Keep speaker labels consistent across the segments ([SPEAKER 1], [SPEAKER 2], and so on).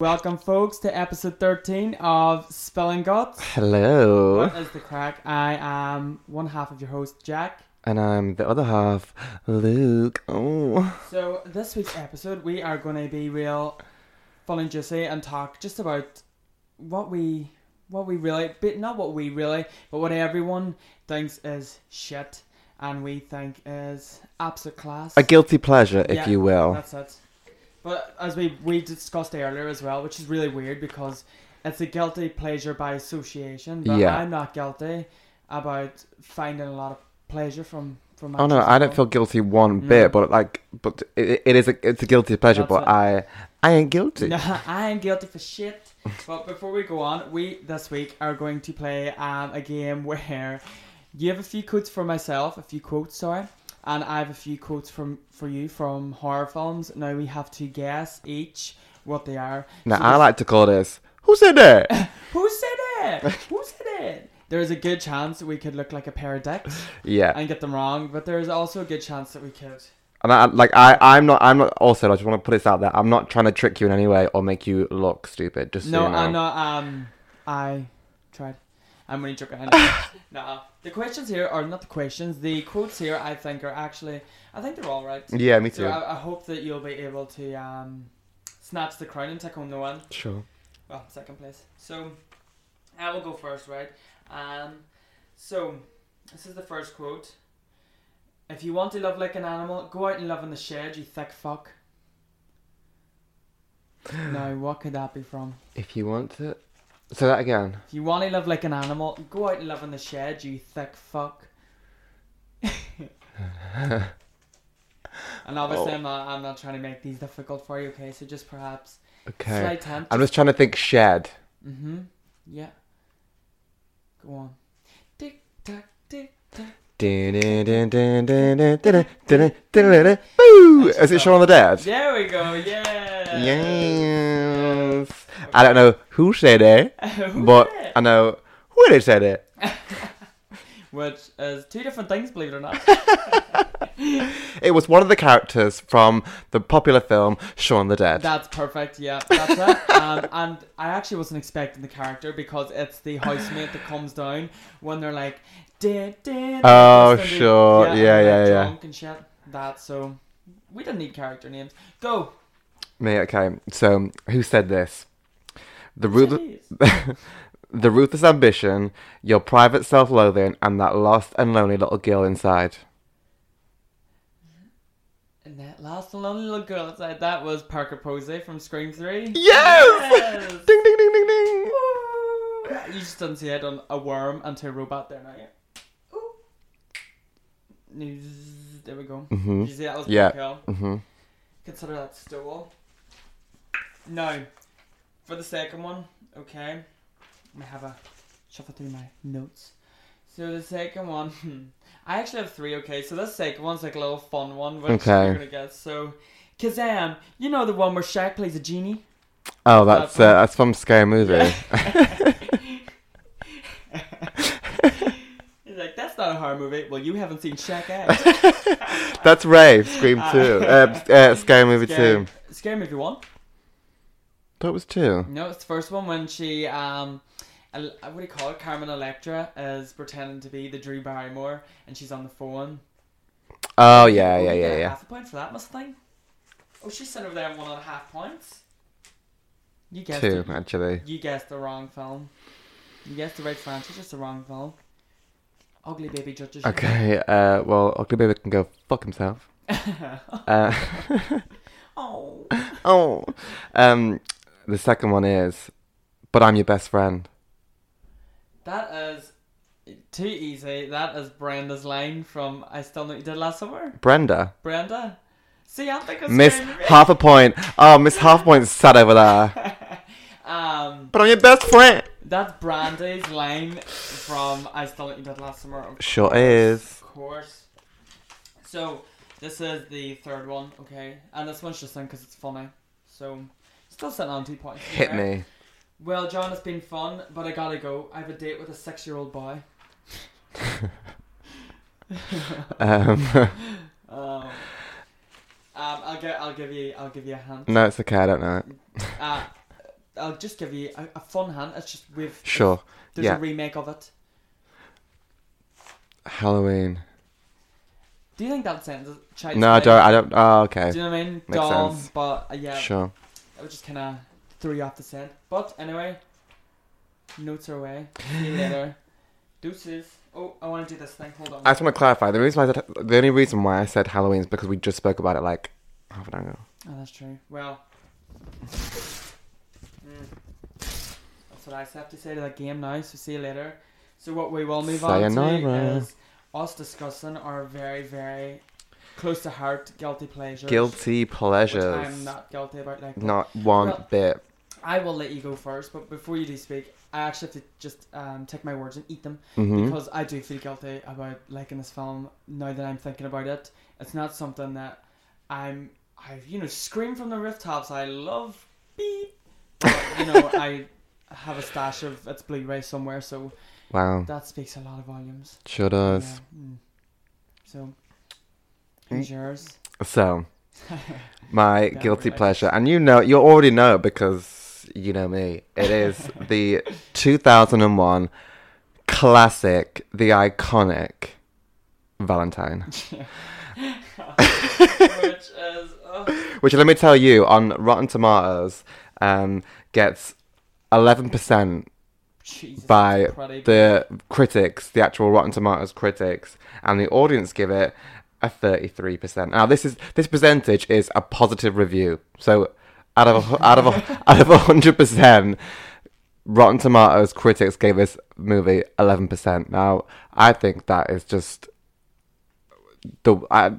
[SPEAKER 1] Welcome, folks, to episode 13 of Spelling Gods.
[SPEAKER 2] Hello.
[SPEAKER 1] What is the crack? I am one half of your host, Jack.
[SPEAKER 2] And I'm the other half, Luke. Oh.
[SPEAKER 1] So, this week's episode, we are going to be real fun and juicy and talk just about what we what we really, but not what we really, but what everyone thinks is shit and we think is absolute class.
[SPEAKER 2] A guilty pleasure, if
[SPEAKER 1] Yeah,
[SPEAKER 2] you will.
[SPEAKER 1] That's it. But as we we discussed earlier as well, which is really weird because it's a guilty pleasure by association. But
[SPEAKER 2] Yeah.
[SPEAKER 1] I'm not guilty about finding a lot of pleasure from from.
[SPEAKER 2] Oh no,
[SPEAKER 1] matches
[SPEAKER 2] I
[SPEAKER 1] at
[SPEAKER 2] don't
[SPEAKER 1] all.
[SPEAKER 2] feel guilty one
[SPEAKER 1] No.
[SPEAKER 2] bit, but like, but it, it is a it's a guilty pleasure,
[SPEAKER 1] Mm. That's
[SPEAKER 2] but
[SPEAKER 1] it.
[SPEAKER 2] I I ain't guilty.
[SPEAKER 1] No, I am guilty for shit. But before we go on, we this week are going to play um, a game where you have a few quotes for myself, a few quotes, sorry, and I have a few quotes from for you from horror films. Now we have to guess each what they are.
[SPEAKER 2] Now
[SPEAKER 1] So
[SPEAKER 2] I
[SPEAKER 1] this-
[SPEAKER 2] like to call this. Who said that?
[SPEAKER 1] Who said it? Who said it? There is a good chance that we could look like a pair of dicks
[SPEAKER 2] yeah,
[SPEAKER 1] and get them wrong, but there is also a good chance that we could.
[SPEAKER 2] and I like I I'm not I'm not also I just want to put this out there. I'm not trying to trick you in any way or make you look stupid. Just so
[SPEAKER 1] No,
[SPEAKER 2] you know.
[SPEAKER 1] I'm not. Um, I tried. I'm only joking. I know. no, the questions here are not the questions. The quotes here, I think, are actually. I think they're all right.
[SPEAKER 2] Yeah, me too.
[SPEAKER 1] So I, I hope that you'll be able to um, snatch the crown and take home the one.
[SPEAKER 2] Sure.
[SPEAKER 1] Well, second place. So, I will go first, right? Um, so, this is the first quote. If you want to love like an animal, go out and love in the shed, you thick fuck. now, what could that be from?
[SPEAKER 2] If you want to, say that again.
[SPEAKER 1] If you want to love like an animal, go out and love in the shed, you thick fuck. and obviously, I'm, not, I'm not trying to make these difficult for you, okay? So just perhaps
[SPEAKER 2] Okay.
[SPEAKER 1] slight temp.
[SPEAKER 2] I'm just trying to think. Shed.
[SPEAKER 1] Mm-hmm. Yeah. Go on. Tick tock, tick tock.
[SPEAKER 2] Boo! Is it Shaun of the Dead?
[SPEAKER 1] There we go. Yeah.
[SPEAKER 2] Yes. I don't know who said it,
[SPEAKER 1] Who
[SPEAKER 2] but
[SPEAKER 1] said it?
[SPEAKER 2] I know who they said it.
[SPEAKER 1] Which is two different things, believe it or not.
[SPEAKER 2] It was one of the characters from the popular film Shaun the Dead.
[SPEAKER 1] That's perfect. Yeah, that's it. Um, and I actually wasn't expecting the character because it's the housemate that comes down when they're like, "Did did."
[SPEAKER 2] Oh,
[SPEAKER 1] and they-
[SPEAKER 2] sure.
[SPEAKER 1] and
[SPEAKER 2] Yeah,
[SPEAKER 1] they're
[SPEAKER 2] yeah, yeah.
[SPEAKER 1] Drunk and shit. That so. We don't need character names. Go.
[SPEAKER 2] Me, okay. So, who said this? The ruthless,
[SPEAKER 1] Jeez.
[SPEAKER 2] the ruthless ambition, your private self-loathing, and that lost and lonely little girl inside.
[SPEAKER 1] And that last lonely little girl outside that was Parker Posey from Scream 3.
[SPEAKER 2] Yes!
[SPEAKER 1] Yes!
[SPEAKER 2] ding, ding, ding, ding, ding.
[SPEAKER 1] you just didn't see it on a worm and to a robot there now, yeah. Ooh. News- There we go.
[SPEAKER 2] Mhm.
[SPEAKER 1] Did you see that was
[SPEAKER 2] Yeah.
[SPEAKER 1] Parker Hill?
[SPEAKER 2] Mhm.
[SPEAKER 1] Consider that stool. Now, for the second one, okay. I have a shuffle through my notes. So the second one, I actually have three. Okay, so this second one's like a little fun one, which
[SPEAKER 2] Okay.
[SPEAKER 1] you're gonna guess. So, Kazam, you know the one where Shaq plays a genie.
[SPEAKER 2] Oh, that's
[SPEAKER 1] That
[SPEAKER 2] uh, that's from Scary Movie.
[SPEAKER 1] He's like, that's not a horror movie. Well, you haven't seen Shaq act.
[SPEAKER 2] That's Rave, Scream 2.
[SPEAKER 1] Ah.
[SPEAKER 2] Uh, uh, Scary Movie
[SPEAKER 1] Scary,
[SPEAKER 2] 2.
[SPEAKER 1] scary movie one.
[SPEAKER 2] That was 2.
[SPEAKER 1] No, it's the first one when she um, El- what do you call it? Carmen Electra is pretending to be the Drew Barrymore, and she's on the phone.
[SPEAKER 2] Oh, yeah, yeah,
[SPEAKER 1] you
[SPEAKER 2] yeah,
[SPEAKER 1] get
[SPEAKER 2] yeah.
[SPEAKER 1] Half a point for that Mustang. Oh, she sent over there and one and a half points. You guessed
[SPEAKER 2] Two,
[SPEAKER 1] it.
[SPEAKER 2] actually.
[SPEAKER 1] You guessed the wrong film. You guessed the right franchise, just the wrong film. Ugly baby judges. you.
[SPEAKER 2] Okay, uh, well, Ugly Baby can go fuck himself. Uh,
[SPEAKER 1] oh.
[SPEAKER 2] oh. Um, the second one is, but I'm your best friend.
[SPEAKER 1] That is too easy. That is Brenda's line from I Still Know What You Did Last Summer.
[SPEAKER 2] Brenda.
[SPEAKER 1] Brenda. See, I think it's
[SPEAKER 2] Miss
[SPEAKER 1] scary movie.
[SPEAKER 2] half a point. Oh, Miss half point sat over there.
[SPEAKER 1] Um,
[SPEAKER 2] But I'm your best friend.
[SPEAKER 1] that's Brandy's line from I Still Know What You Did Last Summer. Of
[SPEAKER 2] Sure
[SPEAKER 1] course,
[SPEAKER 2] is.
[SPEAKER 1] Of course. So, this is the third one, okay? And this one's just in because it's funny. So, still sitting on two points.
[SPEAKER 2] Hit
[SPEAKER 1] there.
[SPEAKER 2] me.
[SPEAKER 1] Well, John, it's been fun, but I gotta go. I have a date with a six year old boy.
[SPEAKER 2] Um,
[SPEAKER 1] Um, um, I'll, gi- I'll give you I'll give you a hint.
[SPEAKER 2] Mm. no, it's okay. I don't know. it.
[SPEAKER 1] Uh, I'll just give you a, a fun hint. It's just with
[SPEAKER 2] Sure.
[SPEAKER 1] There's
[SPEAKER 2] yeah.
[SPEAKER 1] a remake of it.
[SPEAKER 2] Halloween.
[SPEAKER 1] Do you think that sentence? child
[SPEAKER 2] No, I
[SPEAKER 1] play?
[SPEAKER 2] don't. I don't. Oh, okay.
[SPEAKER 1] Do you know what I mean?
[SPEAKER 2] Makes
[SPEAKER 1] Dumb,
[SPEAKER 2] sense.
[SPEAKER 1] but uh, yeah,
[SPEAKER 2] Sure.
[SPEAKER 1] it was just kind of threw you off the scent. But anyway, notes are away. See you later. Deuces. Oh, I want to do this thing. Hold on.
[SPEAKER 2] I just want to clarify. The reason why I said, the only reason why I said Halloween is because we just spoke about it like half an hour ago.
[SPEAKER 1] Oh, that's true. Well, mm, that's what I have to say to that game now. So see you later. So what we will move on
[SPEAKER 2] Sayonara.
[SPEAKER 1] to is us discussing our very, very close to heart guilty pleasures.
[SPEAKER 2] Guilty
[SPEAKER 1] Which
[SPEAKER 2] pleasures.
[SPEAKER 1] I'm not guilty about. Like
[SPEAKER 2] Not one
[SPEAKER 1] Well-
[SPEAKER 2] bit.
[SPEAKER 1] I will let you go first, but before you do speak, I actually have to just um, take my words and eat them
[SPEAKER 2] hmm
[SPEAKER 1] because I do feel guilty about liking this film. Now that I'm thinking about it, it's not something that I'm. I you know scream from the rooftops. I love beep. But, you know I have a stash of it's Blu-ray somewhere, so
[SPEAKER 2] Wow.
[SPEAKER 1] that speaks a lot of volumes.
[SPEAKER 2] Sure does.
[SPEAKER 1] Yeah. Mm. So, who's yours?
[SPEAKER 2] So, my
[SPEAKER 1] Don't
[SPEAKER 2] guilty
[SPEAKER 1] really.
[SPEAKER 2] pleasure, and you know, you already know because you know me. It is the 2001 classic, the iconic Valentine.
[SPEAKER 1] Which is oh,
[SPEAKER 2] Which, let me tell you, on Rotten Tomatoes, um, gets 11%
[SPEAKER 1] Jesus,
[SPEAKER 2] by
[SPEAKER 1] that's pretty
[SPEAKER 2] the critics, the actual Rotten Tomatoes critics, and the audience give it a 33%. Now this is this percentage is a positive review. So out of a, hu- out of a, out of 100%, Rotten Tomatoes critics gave this movie 11%. Now I think that is just the I,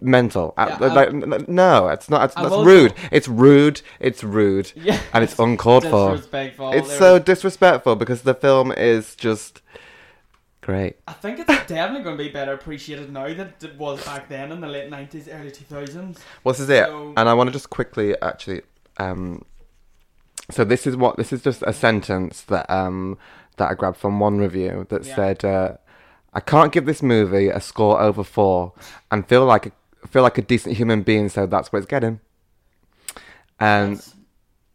[SPEAKER 2] mental. I-
[SPEAKER 1] Yeah,
[SPEAKER 2] like, n- n- no, it's not it's,
[SPEAKER 1] I
[SPEAKER 2] that's
[SPEAKER 1] will-
[SPEAKER 2] rude. It's rude. It's rude.
[SPEAKER 1] Yeah.
[SPEAKER 2] And it's uncalled for.
[SPEAKER 1] Disrespectful.
[SPEAKER 2] It's
[SPEAKER 1] There
[SPEAKER 2] so
[SPEAKER 1] was-
[SPEAKER 2] disrespectful because the film is just great.
[SPEAKER 1] I think it's definitely going to be better appreciated now than it was back then in the late nineties, early two thousands.
[SPEAKER 2] Well, this is it,
[SPEAKER 1] So-
[SPEAKER 2] and I want to just quickly actually. Um, so this is what this is just a sentence that um, that I grabbed from one review that
[SPEAKER 1] Yeah.
[SPEAKER 2] said, uh, "I can't give this movie a score over four, and feel like a, feel like a decent human being, so that's what it's getting." And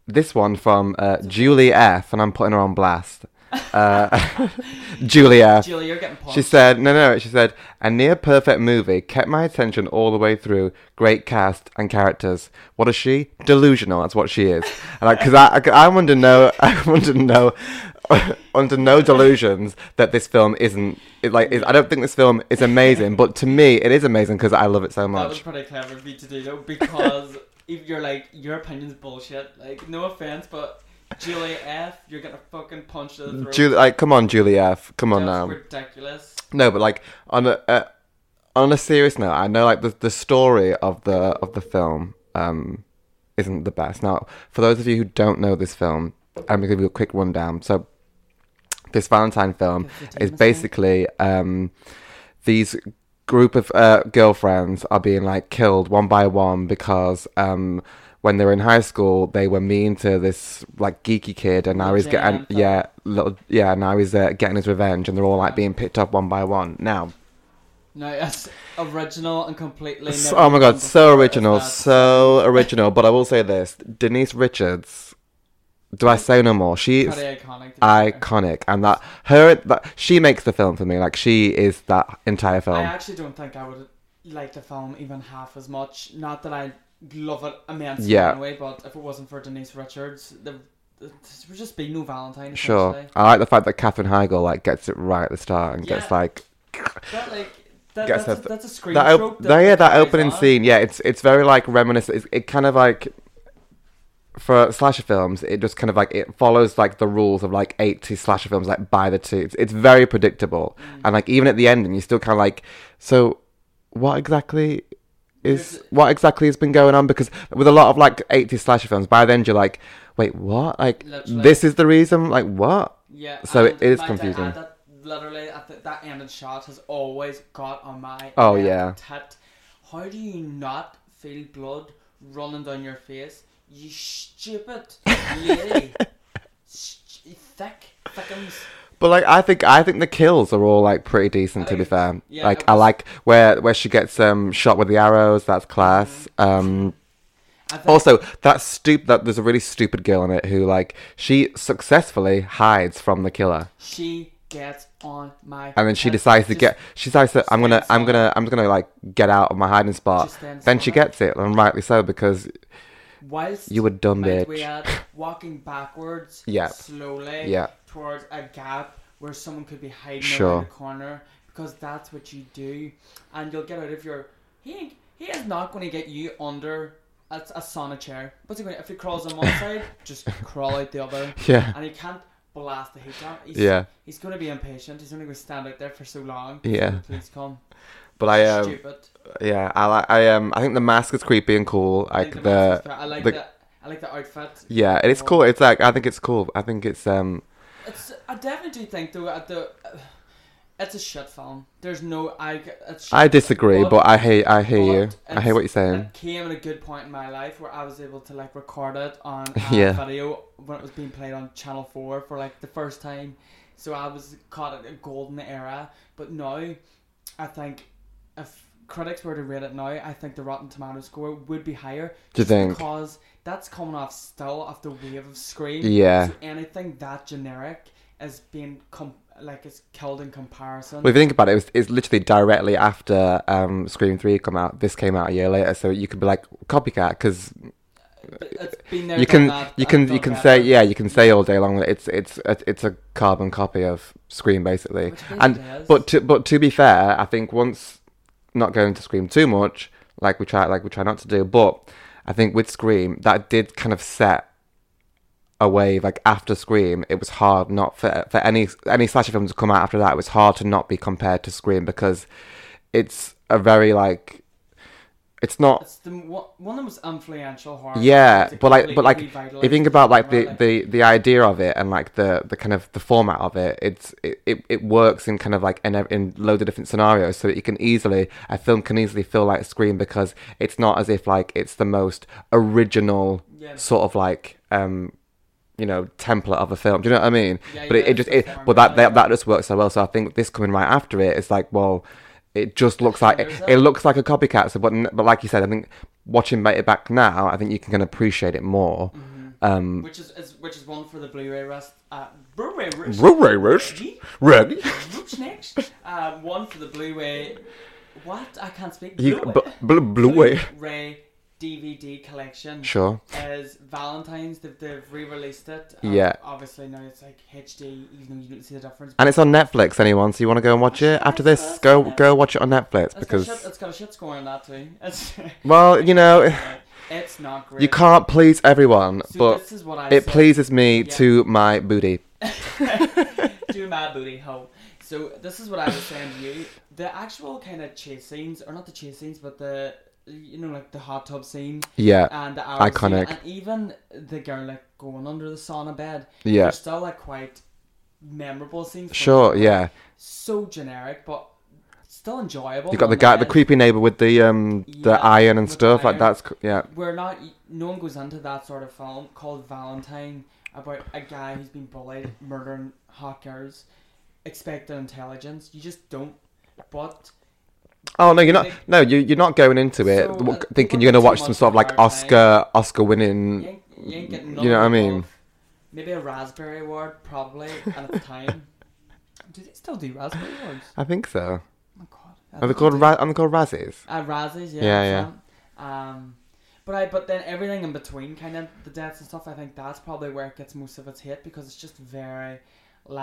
[SPEAKER 2] this one from uh, Julie F, and I'm putting her on blast. Uh, Julie F.
[SPEAKER 1] Julie, you're getting punched.
[SPEAKER 2] She said, no, no, she said, a near perfect movie kept my attention all the way through. Great cast and characters. What is she? Delusional. That's what she is. And like, cause I, I, I'm under no, I'm under no, under no delusions that this film isn't, it like, is, I don't think this film is amazing, but to me, it is amazing because I love it so
[SPEAKER 1] that was
[SPEAKER 2] much.
[SPEAKER 1] pretty clever of you to do though, because if you're like your opinion's bullshit, like no offense, but Julie F, you're getting fucking punched in the throat.
[SPEAKER 2] Julie, like, come on, Julie F. Come on um,
[SPEAKER 1] That's
[SPEAKER 2] now.
[SPEAKER 1] ridiculous.
[SPEAKER 2] No, but like on a uh, on a serious note, I know like the the story of the of the film um isn't the best. Now, for those of you who don't know this film, I'm gonna give you a quick rundown. So, this Valentine film
[SPEAKER 1] Give the team
[SPEAKER 2] is
[SPEAKER 1] a sec.
[SPEAKER 2] basically um these group of uh, girlfriends are being like killed one by one because um when they were in high school they were mean to this like geeky kid and now he's
[SPEAKER 1] Jane
[SPEAKER 2] getting
[SPEAKER 1] Anthem.
[SPEAKER 2] yeah little yeah now he's uh, getting his revenge and they're all like being picked up one by one now
[SPEAKER 1] No, it's original and completely.
[SPEAKER 2] S-
[SPEAKER 1] never
[SPEAKER 2] oh my
[SPEAKER 1] done
[SPEAKER 2] god so
[SPEAKER 1] before,
[SPEAKER 2] original
[SPEAKER 1] is that-
[SPEAKER 2] so original but i will say this denise richards do i say no more she is
[SPEAKER 1] pretty iconic. to be fair.
[SPEAKER 2] iconic and that her that she makes the film for me like she is that entire
[SPEAKER 1] I
[SPEAKER 2] film
[SPEAKER 1] actually don't think I would like the film even half as much. Not that I love it immensely
[SPEAKER 2] Yeah.
[SPEAKER 1] anyway, but if it wasn't for Denise Richards, there, there would just be no Valentine.
[SPEAKER 2] Sure.
[SPEAKER 1] essentially.
[SPEAKER 2] I like the fact that Catherine Heigl like gets it right at the start and gets
[SPEAKER 1] Yeah.
[SPEAKER 2] like
[SPEAKER 1] But like that,
[SPEAKER 2] Guess
[SPEAKER 1] that's, a,
[SPEAKER 2] that-
[SPEAKER 1] that's a screen
[SPEAKER 2] that, op-
[SPEAKER 1] trope.
[SPEAKER 2] that- yeah that
[SPEAKER 1] carries
[SPEAKER 2] opening
[SPEAKER 1] on.
[SPEAKER 2] scene. Yeah, it's it's very like reminiscent. It's, it kind of like for slasher films, it just kind of like it follows like the rules of like eighty slasher films like by the two. It's, it's very predictable and like even at the ending, you still kind of like so what exactly. Is
[SPEAKER 1] There's-
[SPEAKER 2] what exactly has been going on because with a lot of like 80 slasher films, by then you're like, wait, what? Like,
[SPEAKER 1] Literally.
[SPEAKER 2] this is the reason? Like, what?
[SPEAKER 1] Yeah.
[SPEAKER 2] So
[SPEAKER 1] and
[SPEAKER 2] it is
[SPEAKER 1] like to add
[SPEAKER 2] confusing.
[SPEAKER 1] that literally, at the, that ending shot has always got on my.
[SPEAKER 2] Oh,
[SPEAKER 1] left
[SPEAKER 2] yeah.
[SPEAKER 1] tit. How do you not feel blood running down your face? You stupid lady. St- thick, thickums.
[SPEAKER 2] But like I think I think the kills are all like pretty decent
[SPEAKER 1] I
[SPEAKER 2] to be
[SPEAKER 1] think-
[SPEAKER 2] fair.
[SPEAKER 1] yeah,
[SPEAKER 2] like
[SPEAKER 1] it
[SPEAKER 2] I
[SPEAKER 1] was- Mm-hmm.
[SPEAKER 2] like where where she gets um shot with the arrows, that's class. Um
[SPEAKER 1] I think-
[SPEAKER 2] Also, that stupid that there's a really stupid girl in it who like she successfully hides from the killer,
[SPEAKER 1] she gets on my.
[SPEAKER 2] and then she
[SPEAKER 1] nerves.
[SPEAKER 2] decides to
[SPEAKER 1] Just-
[SPEAKER 2] get. She decides that I'm gonna,
[SPEAKER 1] stands
[SPEAKER 2] I'm
[SPEAKER 1] on
[SPEAKER 2] gonna, I'm just gonna like get out of my hiding spot.
[SPEAKER 1] Just stands
[SPEAKER 2] Then
[SPEAKER 1] on
[SPEAKER 2] she
[SPEAKER 1] it.
[SPEAKER 2] gets it, and rightly so because
[SPEAKER 1] Whilst
[SPEAKER 2] you were dumb
[SPEAKER 1] might we
[SPEAKER 2] bitch.
[SPEAKER 1] add, walking backwards
[SPEAKER 2] Yeah.
[SPEAKER 1] slowly
[SPEAKER 2] Yeah.
[SPEAKER 1] towards a gap where someone could be hiding
[SPEAKER 2] Sure.
[SPEAKER 1] around the corner because that's what you do and you'll get out of your he ain't, he is not going to get you under a, a sauna chair what's he going to if he crawls on one side just crawl out the other
[SPEAKER 2] yeah,
[SPEAKER 1] and he can't blast the heat down he's,
[SPEAKER 2] yeah,
[SPEAKER 1] he's going to be impatient he's only going to stand out there for so long
[SPEAKER 2] Yeah.
[SPEAKER 1] please come
[SPEAKER 2] but I um,
[SPEAKER 1] stupid
[SPEAKER 2] yeah, I like, I um, I think the mask is creepy and cool.
[SPEAKER 1] I
[SPEAKER 2] Like
[SPEAKER 1] think
[SPEAKER 2] the,
[SPEAKER 1] mask is fair. I like
[SPEAKER 2] the-
[SPEAKER 1] the I like the outfit
[SPEAKER 2] yeah, it's cool. It's like I think it's cool. I think it's um,
[SPEAKER 1] It's, I definitely do think though at the, uh, it's a shit film. There's no I. It's shit.
[SPEAKER 2] I disagree,
[SPEAKER 1] But-
[SPEAKER 2] but I hate, I hear you.
[SPEAKER 1] but
[SPEAKER 2] I hear what you're saying.
[SPEAKER 1] It came at a good point in my life where I was able to like record it on a
[SPEAKER 2] Yeah.
[SPEAKER 1] video when it was being played on Channel Four for like the first time. So I was caught at a golden era. But now, I think if critics were to rate it now, I think the Rotten Tomato score would be higher.
[SPEAKER 2] Do you
[SPEAKER 1] just
[SPEAKER 2] think?
[SPEAKER 1] Because that's coming off still off the wave of Scream.
[SPEAKER 2] Yeah.
[SPEAKER 1] So anything that generic is being com- like is killed in comparison.
[SPEAKER 2] Well, if you think about it, it was, it's literally directly after um, Scream Three come out. This came out a year later, so you could be like copycat because
[SPEAKER 1] But it's been there,
[SPEAKER 2] you
[SPEAKER 1] done
[SPEAKER 2] can
[SPEAKER 1] that,
[SPEAKER 2] you
[SPEAKER 1] and
[SPEAKER 2] can
[SPEAKER 1] done
[SPEAKER 2] you can
[SPEAKER 1] better.
[SPEAKER 2] say yeah, you can say all day long that it's it's a, it's a carbon copy of Scream basically.
[SPEAKER 1] Which means
[SPEAKER 2] And
[SPEAKER 1] it is.
[SPEAKER 2] but to, but to be fair, I think once not going to Scream too much, like we try like we try not to do, but I think with Scream that did kind of set a wave. Like after Scream, it was hard not for for any any slasher film to come out after that. It was hard to not be compared to Scream because it's a very like it's not
[SPEAKER 1] it's the one one of the most influential horror.
[SPEAKER 2] yeah
[SPEAKER 1] films that
[SPEAKER 2] but like but
[SPEAKER 1] completely
[SPEAKER 2] like if you
[SPEAKER 1] revitalized
[SPEAKER 2] think about like the,
[SPEAKER 1] genre,
[SPEAKER 2] the the idea of it and like the the kind of the format of it it's it, it, it works in kind of like in, ev- in loads of different scenarios so that you can easily a film can easily feel like scream because it's not as if like it's the most original
[SPEAKER 1] Yeah.
[SPEAKER 2] sort of like um you know template of a film do you know what i mean
[SPEAKER 1] Yeah,
[SPEAKER 2] but it,
[SPEAKER 1] yeah,
[SPEAKER 2] it just
[SPEAKER 1] it's
[SPEAKER 2] it
[SPEAKER 1] the
[SPEAKER 2] but that,
[SPEAKER 1] formula.
[SPEAKER 2] that that just works so well so i think this coming right after it is like well it just looks like it,
[SPEAKER 1] There's
[SPEAKER 2] it
[SPEAKER 1] that.
[SPEAKER 2] looks like a copycat. So, but n- but like you said, I think watching it back now, I think you can kind of appreciate it more. Um,
[SPEAKER 1] which is, is which is one for the Blu-ray rest. Uh, Blu-ray rest.
[SPEAKER 2] Blu-ray roast,
[SPEAKER 1] Gee,
[SPEAKER 2] ready?
[SPEAKER 1] whoops, next. Um, one for the Blu-ray. What I can't speak.
[SPEAKER 2] You
[SPEAKER 1] Blu-ray.
[SPEAKER 2] bl- bl- Blu-ray.
[SPEAKER 1] Blu-ray DVD collection.
[SPEAKER 2] Sure.
[SPEAKER 1] As Valentine's, they've, they've re-released it. Um,
[SPEAKER 2] Yeah.
[SPEAKER 1] Obviously now it's like HD, even though you don't see the difference.
[SPEAKER 2] And it's on Netflix. Anyone? So you want to go and watch it after this? Go go watch it on Netflix
[SPEAKER 1] It's
[SPEAKER 2] because
[SPEAKER 1] got a shit, it's got a shit score on that too. It's,
[SPEAKER 2] well, you know,
[SPEAKER 1] it's not great.
[SPEAKER 2] you can't please everyone,
[SPEAKER 1] So
[SPEAKER 2] but
[SPEAKER 1] this is what I
[SPEAKER 2] it
[SPEAKER 1] said.
[SPEAKER 2] pleases me
[SPEAKER 1] Yeah.
[SPEAKER 2] to my booty.
[SPEAKER 1] do my booty hole. So this is what I was saying to you. The actual kind of chase scenes, or not the chase scenes, but the you know like the hot tub scene
[SPEAKER 2] Yeah,
[SPEAKER 1] and the hour scene,
[SPEAKER 2] Iconic.
[SPEAKER 1] and even the girl like going under the sauna bed.
[SPEAKER 2] yeah,
[SPEAKER 1] They're still like quite memorable scenes. for
[SPEAKER 2] sure,
[SPEAKER 1] me.
[SPEAKER 2] yeah.
[SPEAKER 1] So generic, but still enjoyable.
[SPEAKER 2] You got the guy, the
[SPEAKER 1] nonetheless.
[SPEAKER 2] creepy neighbor with the um
[SPEAKER 1] Yeah,
[SPEAKER 2] the iron and
[SPEAKER 1] with the
[SPEAKER 2] stuff like
[SPEAKER 1] iron.
[SPEAKER 2] that's c- yeah.
[SPEAKER 1] We're not. No one goes into that sort of film called Valentine about a guy who's been bullied, murdering hot girls, expecting intelligence. You just don't. But
[SPEAKER 2] Oh no, you're not.
[SPEAKER 1] Like-
[SPEAKER 2] No, you you're not going into it
[SPEAKER 1] So,
[SPEAKER 2] w-
[SPEAKER 1] uh,
[SPEAKER 2] thinking
[SPEAKER 1] what
[SPEAKER 2] you're gonna
[SPEAKER 1] too
[SPEAKER 2] watch some
[SPEAKER 1] much
[SPEAKER 2] sort of like
[SPEAKER 1] of our time.
[SPEAKER 2] Oscar Oscar
[SPEAKER 1] you
[SPEAKER 2] winning.
[SPEAKER 1] ain't, you ain't getting.
[SPEAKER 2] You know what I
[SPEAKER 1] nothing
[SPEAKER 2] mean?
[SPEAKER 1] above Maybe a raspberry award, probably. And at the time, do they still do raspberry awards?
[SPEAKER 2] I think so.
[SPEAKER 1] Oh my god!
[SPEAKER 2] Are they called Ra- Are they called Razzies?
[SPEAKER 1] Uh, Razzies, yeah.
[SPEAKER 2] Yeah,
[SPEAKER 1] that's right. Um, but I, but then everything in between, kind of the deaths and stuff. I think that's probably where it gets most of its hit because it's just very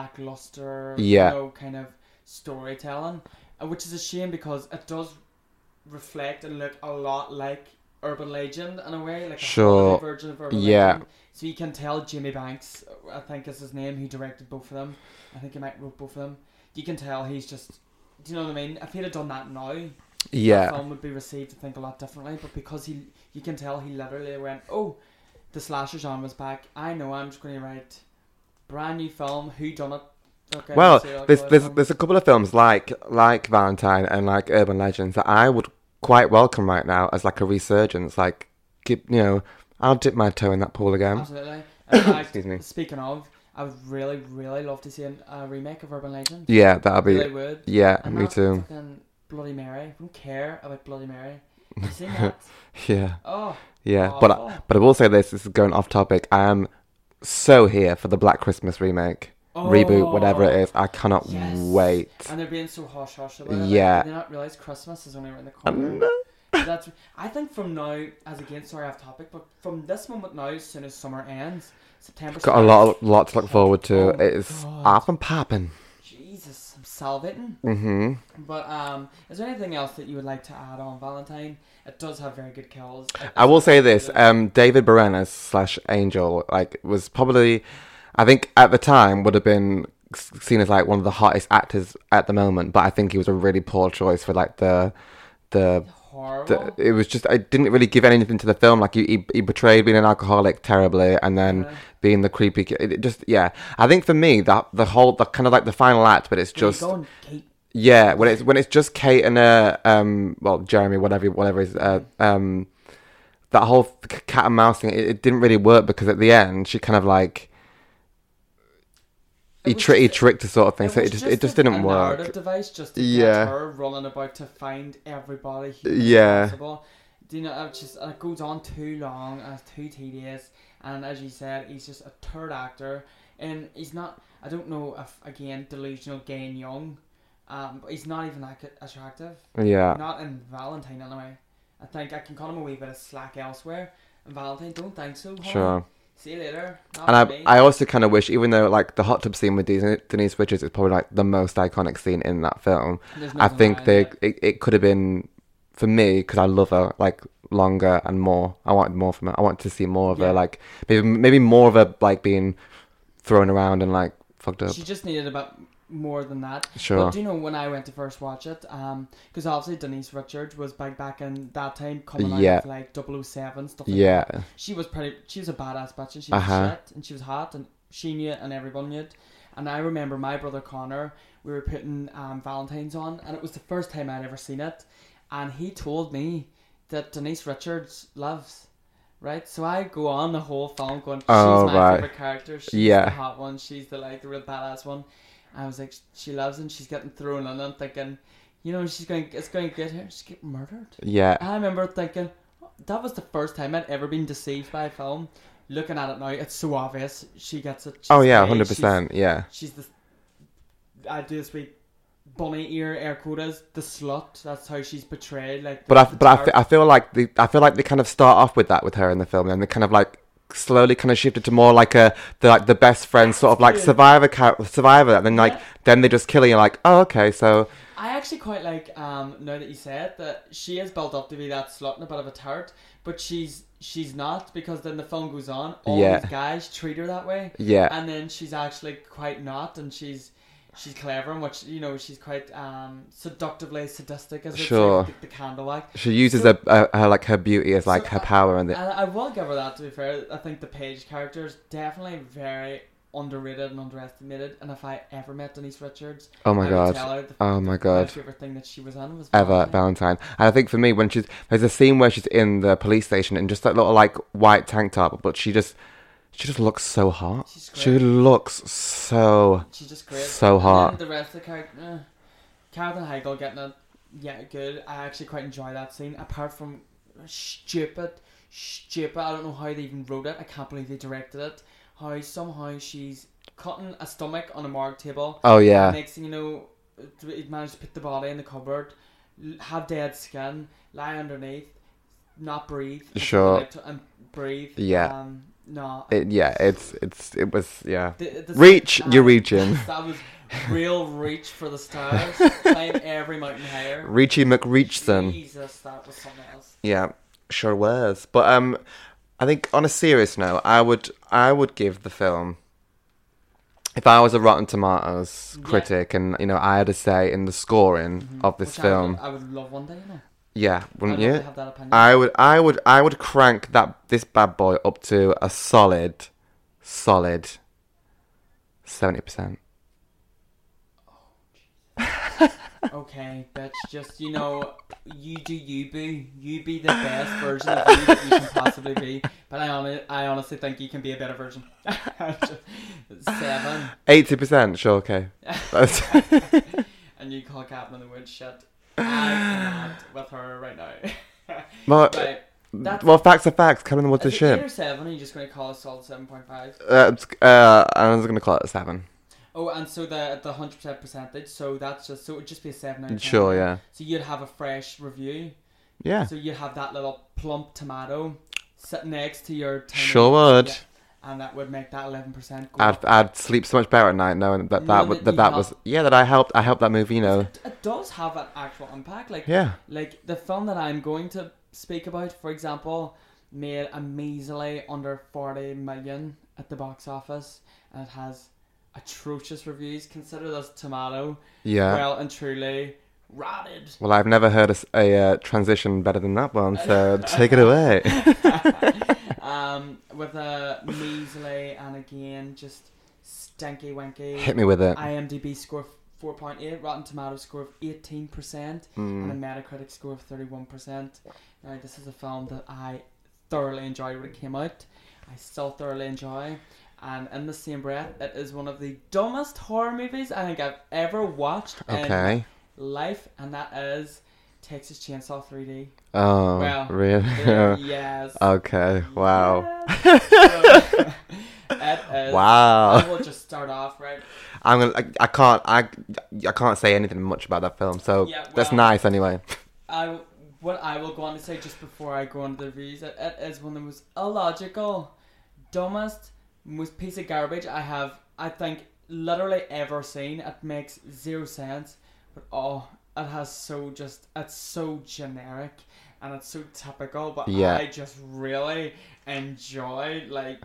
[SPEAKER 1] lackluster,
[SPEAKER 2] Yeah.
[SPEAKER 1] you know, kind of storytelling, uh, which is a shame because it does reflect and look a lot like Urban Legend in a way, like a
[SPEAKER 2] Sure.
[SPEAKER 1] holiday version of Urban
[SPEAKER 2] Yeah.
[SPEAKER 1] Legend. So you can tell Jimmy Banks, uh, I think is his name, who directed both of them. I think he might wrote both of them. You can tell he's just. Do you know what I mean? If he'd have done that now,
[SPEAKER 2] Yeah,
[SPEAKER 1] film would be received, I think, a lot differently. But because he, you can tell he literally went, "Oh, the slasher genre's back. I know. I'm just going to write brand new film. Who done it? Okay,
[SPEAKER 2] Well,
[SPEAKER 1] serial
[SPEAKER 2] there's
[SPEAKER 1] killer
[SPEAKER 2] there's
[SPEAKER 1] film."
[SPEAKER 2] there's a couple of films like like Valentine and like Urban Legends that I would quite welcome right now as like a resurgence. Like, give, you know, I'll dip my toe in that pool again.
[SPEAKER 1] Um, absolutely. In fact,
[SPEAKER 2] Excuse me.
[SPEAKER 1] Speaking of, I would really, really love to see an, a remake of Urban Legend.
[SPEAKER 2] Yeah, that'll be.
[SPEAKER 1] really would.
[SPEAKER 2] Yeah,
[SPEAKER 1] And
[SPEAKER 2] me
[SPEAKER 1] not
[SPEAKER 2] too.
[SPEAKER 1] Fucking Bloody Mary. I don't care about Bloody Mary. You seen that?
[SPEAKER 2] Yeah.
[SPEAKER 1] Oh,
[SPEAKER 2] Yeah, but uh, I,
[SPEAKER 1] Awful.
[SPEAKER 2] but I will say this: this is going off topic. I am so here for the Black Christmas remake,
[SPEAKER 1] oh.
[SPEAKER 2] reboot, whatever it is. I cannot
[SPEAKER 1] Yes.
[SPEAKER 2] wait.
[SPEAKER 1] and they're being so hush hush about it.
[SPEAKER 2] Yeah.
[SPEAKER 1] Like, did they not realize Christmas is only around the corner.
[SPEAKER 2] And, uh,
[SPEAKER 1] That's. I think from now, as again, sorry off topic, but from this moment now, as soon as summer ends, September.
[SPEAKER 2] Got a lot, lot to look forward to.
[SPEAKER 1] Oh my
[SPEAKER 2] it's
[SPEAKER 1] God.
[SPEAKER 2] up and popping.
[SPEAKER 1] Jesus, I'm salivating.
[SPEAKER 2] hmm
[SPEAKER 1] But um, is there anything else that you would like to add on Valentine? It does have very good kills.
[SPEAKER 2] I will say this:
[SPEAKER 1] Yeah.
[SPEAKER 2] um, David Boreanaz slash Angel, like, was probably, I think, at the time, would have been s- seen as like one of the hottest actors at the moment. But I think he was a really poor choice for like the the
[SPEAKER 1] horrible.
[SPEAKER 2] uh, the, it was just I didn't really give anything to the film. Like he, he, he portrayed being an alcoholic terribly, and then
[SPEAKER 1] Yeah.
[SPEAKER 2] being the creepy. ki- It just yeah. I think for me that the whole the kind of like the final act, but it's
[SPEAKER 1] When you
[SPEAKER 2] just
[SPEAKER 1] go and keep-
[SPEAKER 2] yeah. When it's when it's just Kate and uh um well Jeremy whatever whatever is uh, um that whole c- cat and mouse thing. It, it didn't really work because at the end she kind of like.
[SPEAKER 1] It
[SPEAKER 2] He,
[SPEAKER 1] was
[SPEAKER 2] tri- he
[SPEAKER 1] just-
[SPEAKER 2] tricked us sort of thing, so
[SPEAKER 1] was
[SPEAKER 2] it just it just
[SPEAKER 1] a-
[SPEAKER 2] didn't
[SPEAKER 1] a
[SPEAKER 2] work.
[SPEAKER 1] Narrative device just to
[SPEAKER 2] Yeah.
[SPEAKER 1] get her running about to find everybody. humanly
[SPEAKER 2] Yeah.
[SPEAKER 1] Possible. Do you know? It just and it goes on too long and it's too tedious. And as you said, he's just a third actor, and he's not. I don't know if again delusional, gay, and young. Um, but he's not even that c- attractive.
[SPEAKER 2] Yeah,
[SPEAKER 1] Not in Valentine anyway. I think I can cut him a wee bit of slack elsewhere. In Valentine, don't think so. hon.
[SPEAKER 2] sure.
[SPEAKER 1] See you later. Not
[SPEAKER 2] And
[SPEAKER 1] for me.
[SPEAKER 2] I, I also kind of wish, even though like the hot tub scene with Denise, Denise Richards is probably like the most iconic scene in that film,
[SPEAKER 1] There's
[SPEAKER 2] I
[SPEAKER 1] nothing
[SPEAKER 2] think
[SPEAKER 1] around
[SPEAKER 2] they
[SPEAKER 1] it.
[SPEAKER 2] it, it could have been for me because I love her like longer and more. I wanted more from her. I wanted to see more of
[SPEAKER 1] Yeah.
[SPEAKER 2] her, like maybe maybe more of her like being thrown around and like fucked up.
[SPEAKER 1] She just needed a bit more than that.
[SPEAKER 2] Sure.
[SPEAKER 1] But do you know when I went to first watch it? Um, because obviously Denise Richards was back back in that time coming
[SPEAKER 2] Yeah.
[SPEAKER 1] out with like 007 stuff. Like
[SPEAKER 2] Yeah,
[SPEAKER 1] That. She was pretty. She was a badass bitch, and she was
[SPEAKER 2] Uh-huh.
[SPEAKER 1] shit, and she was hot, and she knew it, and everyone knew it. And I remember my brother Connor. We were putting um, Valentine's on, and it was the first time I'd ever seen it. And he told me that Denise Richards loves. Right, so I go on the whole film going, she's
[SPEAKER 2] Oh,
[SPEAKER 1] my
[SPEAKER 2] right.
[SPEAKER 1] favorite character. She's
[SPEAKER 2] Yeah.
[SPEAKER 1] the hot one. She's the like the real badass one. I was like, she loves him. She's getting thrown in. I'm thinking, you know, she's going, it's going to get her. She's getting murdered.
[SPEAKER 2] yeah,
[SPEAKER 1] I remember thinking, that was the first time I'd ever been deceived by a film. Looking at it now, it's so obvious. She gets it. She's
[SPEAKER 2] oh yeah,
[SPEAKER 1] gay,
[SPEAKER 2] hundred
[SPEAKER 1] she's-
[SPEAKER 2] percent, yeah,
[SPEAKER 1] She's the. I do this week. Bunny ear air quotas the slut. That's how she's portrayed. Like,
[SPEAKER 2] But I
[SPEAKER 1] the
[SPEAKER 2] but I,
[SPEAKER 1] tar-
[SPEAKER 2] fe- I feel like the I feel like they kind of start off with that with her in the film, and they kind of like slowly kind of shifted to more like a the like the best friend sort of like
[SPEAKER 1] Yeah.
[SPEAKER 2] survivor char- survivor, and then like
[SPEAKER 1] Yeah.
[SPEAKER 2] then they just kill you like oh okay so
[SPEAKER 1] I actually quite like um now that you say it that she is built up to be that slut and a bit of a tart, but she's she's not because then the film goes on. All
[SPEAKER 2] Yeah.
[SPEAKER 1] these guys treat her that way,
[SPEAKER 2] yeah
[SPEAKER 1] and then she's actually quite not, and she's she's clever and what she- you know she's quite um seductively sadistic as
[SPEAKER 2] Sure.
[SPEAKER 1] it's like the, the candle act.
[SPEAKER 2] she uses
[SPEAKER 1] So-
[SPEAKER 2] a, a, her like her beauty as like
[SPEAKER 1] So uh,
[SPEAKER 2] her
[SPEAKER 1] I-
[SPEAKER 2] power and
[SPEAKER 1] And
[SPEAKER 2] the,
[SPEAKER 1] I will give her that to be fair. I think the page character is definitely very underrated and underestimated. And if I ever met Denise Richards,
[SPEAKER 2] oh my
[SPEAKER 1] I would
[SPEAKER 2] god
[SPEAKER 1] tell her the,
[SPEAKER 2] oh my
[SPEAKER 1] my
[SPEAKER 2] god
[SPEAKER 1] favorite thing that she was in was
[SPEAKER 2] ever
[SPEAKER 1] Valentine.
[SPEAKER 2] Valentine. And I think for me, when she's there's a scene where she's in the police station in just that little like white tank top, but she just she just looks so hot.
[SPEAKER 1] She's
[SPEAKER 2] She
[SPEAKER 1] great.
[SPEAKER 2] looks so
[SPEAKER 1] She's just great.
[SPEAKER 2] So
[SPEAKER 1] And
[SPEAKER 2] hot.
[SPEAKER 1] then the rest of the character, uh, Catherine Heigl getting it, yeah, good. I actually quite enjoy that scene. Apart from stupid, stupid. I don't know how they even wrote it. I can't believe they directed it. How somehow she's cutting a stomach on a morgue table.
[SPEAKER 2] oh yeah
[SPEAKER 1] Next thing you know, he managed to put the body in the cupboard, l- have dead skin, lie underneath, not breathe. and
[SPEAKER 2] Sure.
[SPEAKER 1] like to- And breathe.
[SPEAKER 2] Yeah.
[SPEAKER 1] Um, no.
[SPEAKER 2] it, yeah it's it's it was yeah
[SPEAKER 1] The- the-
[SPEAKER 2] reach
[SPEAKER 1] uh,
[SPEAKER 2] you're reaching
[SPEAKER 1] that was real reach for the stars. Climb every mountain higher.
[SPEAKER 2] Reachy McReachson
[SPEAKER 1] Jesus, that was something else.
[SPEAKER 2] yeah sure was but um I think on a serious note I would I would give the film if I was a Rotten Tomatoes
[SPEAKER 1] Yeah. Mm-hmm.
[SPEAKER 2] critic and you know I had a say in the scoring of this
[SPEAKER 1] Which I would-
[SPEAKER 2] film
[SPEAKER 1] I would, love one day, you know.
[SPEAKER 2] yeah wouldn't
[SPEAKER 1] I'd love
[SPEAKER 2] you
[SPEAKER 1] to have that opinion.
[SPEAKER 2] I would, I would, I would crank that this bad boy up to a solid, solid seventy percent.
[SPEAKER 1] okay, bitch, just you know, you do you boo. You be the best version of you that you can possibly be. But I, hon- I honestly think you can be a better version. Seven.
[SPEAKER 2] Eighty percent, sure, okay. That's-
[SPEAKER 1] and you call Catherine the word shit. I cannot with her right now.
[SPEAKER 2] Well,
[SPEAKER 1] Right. That's,
[SPEAKER 2] well, facts are facts. Cabin in the woods is
[SPEAKER 1] is it eight
[SPEAKER 2] shit.
[SPEAKER 1] or seven? Are you just going to call us all seven point five?
[SPEAKER 2] Uh, it's- uh, I was gonna call it a seven.
[SPEAKER 1] Oh, and so the the hundred percent percentage. So that's just so it would just be a seven. Out of 10.
[SPEAKER 2] Sure, yeah,
[SPEAKER 1] So you'd have a fresh review.
[SPEAKER 2] yeah,
[SPEAKER 1] So you'd have that little plump tomato sitting next to your. tiny-
[SPEAKER 2] sure would.
[SPEAKER 1] Yeah. and that would make that eleven percent.
[SPEAKER 2] I'd, I'd sleep so much better at night knowing that that
[SPEAKER 1] Knowing
[SPEAKER 2] was,
[SPEAKER 1] that
[SPEAKER 2] that,
[SPEAKER 1] you
[SPEAKER 2] that
[SPEAKER 1] helped.
[SPEAKER 2] was yeah that I helped I helped that movie you know
[SPEAKER 1] It, it does have an actual impact. Like
[SPEAKER 2] yeah
[SPEAKER 1] like the film that I'm going to speak about, for example, made a measly under forty million at the box office, and it has atrocious reviews. Consider this tomato
[SPEAKER 2] yeah well,
[SPEAKER 1] well and truly rotted.
[SPEAKER 2] I've never heard a, s- a, uh, transition better than that one so take it away
[SPEAKER 1] um, with a measly and again just stinky winky.
[SPEAKER 2] hit me with it
[SPEAKER 1] IMDb score four point eight, Rotten Tomatoes score of eighteen percent, and a
[SPEAKER 2] mm.
[SPEAKER 1] Metacritic score of thirty one percent. Now this is a film that I thoroughly enjoyed when it came out. I still thoroughly enjoy. And in the same breath, it is one of the dumbest horror movies I think I've ever watched in
[SPEAKER 2] okay
[SPEAKER 1] life, and that is Texas Chainsaw 3D.
[SPEAKER 2] oh
[SPEAKER 1] well,
[SPEAKER 2] really
[SPEAKER 1] yes.
[SPEAKER 2] okay wow
[SPEAKER 1] Yes. So, it is. I
[SPEAKER 2] wow
[SPEAKER 1] will just start off right.
[SPEAKER 2] I'm gonna I, I can't I I can't say anything much about that film so
[SPEAKER 1] Yeah,
[SPEAKER 2] Oh, that's
[SPEAKER 1] well-
[SPEAKER 2] nice anyway
[SPEAKER 1] I what I will go on to say just before I go on to the reviews that it is one of the most illogical, dumbest, most piece of garbage I have I think literally ever seen. It makes zero sense, but oh, it has so just it's so generic and it's so typical. But
[SPEAKER 2] Yeah.
[SPEAKER 1] I just really enjoy like